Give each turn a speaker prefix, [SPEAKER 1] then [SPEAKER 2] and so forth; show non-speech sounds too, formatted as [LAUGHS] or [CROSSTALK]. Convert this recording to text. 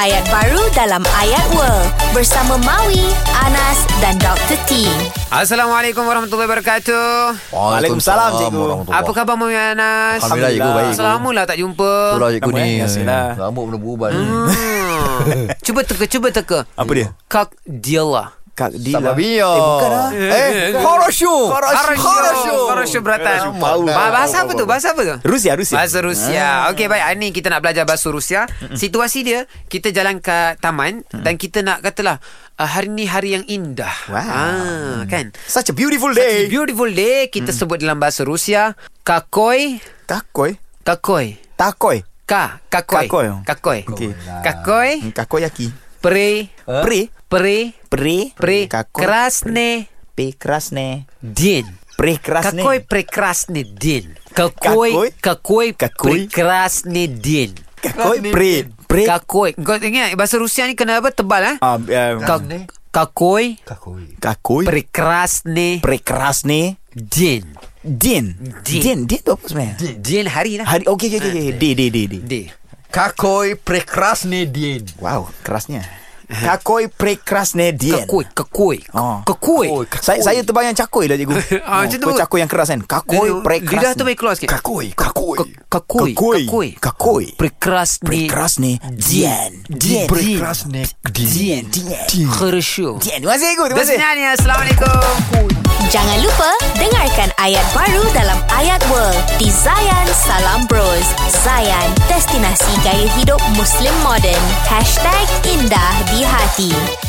[SPEAKER 1] ayat baru dalam Ayat World bersama Maui, Anas dan Dr. T.
[SPEAKER 2] Assalamualaikum warahmatullahi wabarakatuh.
[SPEAKER 3] Waalaikumsalam, cikgu.
[SPEAKER 2] Apa khabar Mami Anas?
[SPEAKER 3] Alhamdulillah,
[SPEAKER 2] Alhamdulillah.
[SPEAKER 3] cikgu, baik, cikgu.
[SPEAKER 2] Lama lah tak jumpa.
[SPEAKER 3] Itulah cikgu
[SPEAKER 4] Lama,
[SPEAKER 3] ni
[SPEAKER 4] eh? Biasalah.
[SPEAKER 3] Rambut benda berubah ni
[SPEAKER 2] Hmm. cuba teka, cuba teka.
[SPEAKER 4] Apa dia?
[SPEAKER 2] Kak Diela.
[SPEAKER 3] Tak
[SPEAKER 4] Kak Dila.
[SPEAKER 3] babi yo.
[SPEAKER 4] Eh, bukan lah.
[SPEAKER 3] Eh, Horoshu.
[SPEAKER 2] Horosho. Horosho beratan.
[SPEAKER 3] Bau dah.
[SPEAKER 2] Bah- Bahasa apa tu? Bahasa apa tu?
[SPEAKER 4] Rusia, Rusia.
[SPEAKER 2] Bahasa Rusia.
[SPEAKER 3] Ah.
[SPEAKER 2] Okey baik, hari ni kita nak belajar bahasa Rusia. Situasi dia, kita jalan ke taman dan kita nak katalah "Ah, hari ni hari yang indah.
[SPEAKER 4] Wow.
[SPEAKER 2] Ah, kan?
[SPEAKER 4] Such a beautiful
[SPEAKER 2] Such a
[SPEAKER 4] day.
[SPEAKER 2] beautiful day
[SPEAKER 3] Mm.
[SPEAKER 2] kita sebut dalam bahasa Rusia kakoi
[SPEAKER 4] Kakoi.
[SPEAKER 2] kakoi
[SPEAKER 4] Takoi.
[SPEAKER 2] ka kakoi
[SPEAKER 4] Kakoi.
[SPEAKER 2] kakoi
[SPEAKER 4] Okey.
[SPEAKER 2] kakoi
[SPEAKER 4] Kakoyaki.
[SPEAKER 2] pre
[SPEAKER 4] Hmm, Pre.
[SPEAKER 2] pre
[SPEAKER 4] Pre.
[SPEAKER 2] pre
[SPEAKER 4] Kakoi.
[SPEAKER 2] krasne
[SPEAKER 4] Прекрасные.
[SPEAKER 2] din
[SPEAKER 4] Прекрасные.
[SPEAKER 2] kakoi prekrasne din kakoi kakoi
[SPEAKER 4] Kakoi.
[SPEAKER 2] prekrasne din
[SPEAKER 4] Какой при? При?
[SPEAKER 2] kakoi kau ingat bahasa Rusia ni kena apa tebal eh
[SPEAKER 4] А, э,
[SPEAKER 2] Ka- kakoi
[SPEAKER 4] Какой
[SPEAKER 2] prekrasne
[SPEAKER 4] прекрасный
[SPEAKER 2] din
[SPEAKER 4] день?
[SPEAKER 2] День.
[SPEAKER 4] День. День tu apa sebenarnya?
[SPEAKER 2] din hari lah
[SPEAKER 4] Hari. Okey, okey, okey. Day, day, day, day.
[SPEAKER 2] Di.
[SPEAKER 3] Kakoi prekrasny din.
[SPEAKER 4] Wow, kerasnya. Какой прекрасный день.
[SPEAKER 2] Kakoi, kakoi, Ah.
[SPEAKER 4] Oh.
[SPEAKER 2] kakoi.
[SPEAKER 4] Saya saya terbang yang cakoi lah cikgu.
[SPEAKER 2] [LAUGHS] Ah, macam tu.
[SPEAKER 4] kau cakoi yang keras kan. Kakoi
[SPEAKER 2] Lidah-
[SPEAKER 4] прекрасный.
[SPEAKER 2] lidah tu boleh keluar sikit.
[SPEAKER 4] Kakoi, kakoi.
[SPEAKER 2] Ka- Kakoi,
[SPEAKER 4] Какой?
[SPEAKER 2] kakoi.
[SPEAKER 4] Какой?
[SPEAKER 2] Прекрасный.
[SPEAKER 4] Прекрасный день. День.
[SPEAKER 3] Prekrasny din.
[SPEAKER 4] День. День.
[SPEAKER 2] Хорошо.
[SPEAKER 4] День. Terima kasih cikgu.
[SPEAKER 2] Terima
[SPEAKER 4] Terima kasih.
[SPEAKER 2] kasih. Assalamualaikum.
[SPEAKER 1] Jangan lupa dengarkan ayat baru dalam Ayat World di Zayan Salam Bros. Zayan, destinasi gaya hidup Muslim modern. #IndahDiHati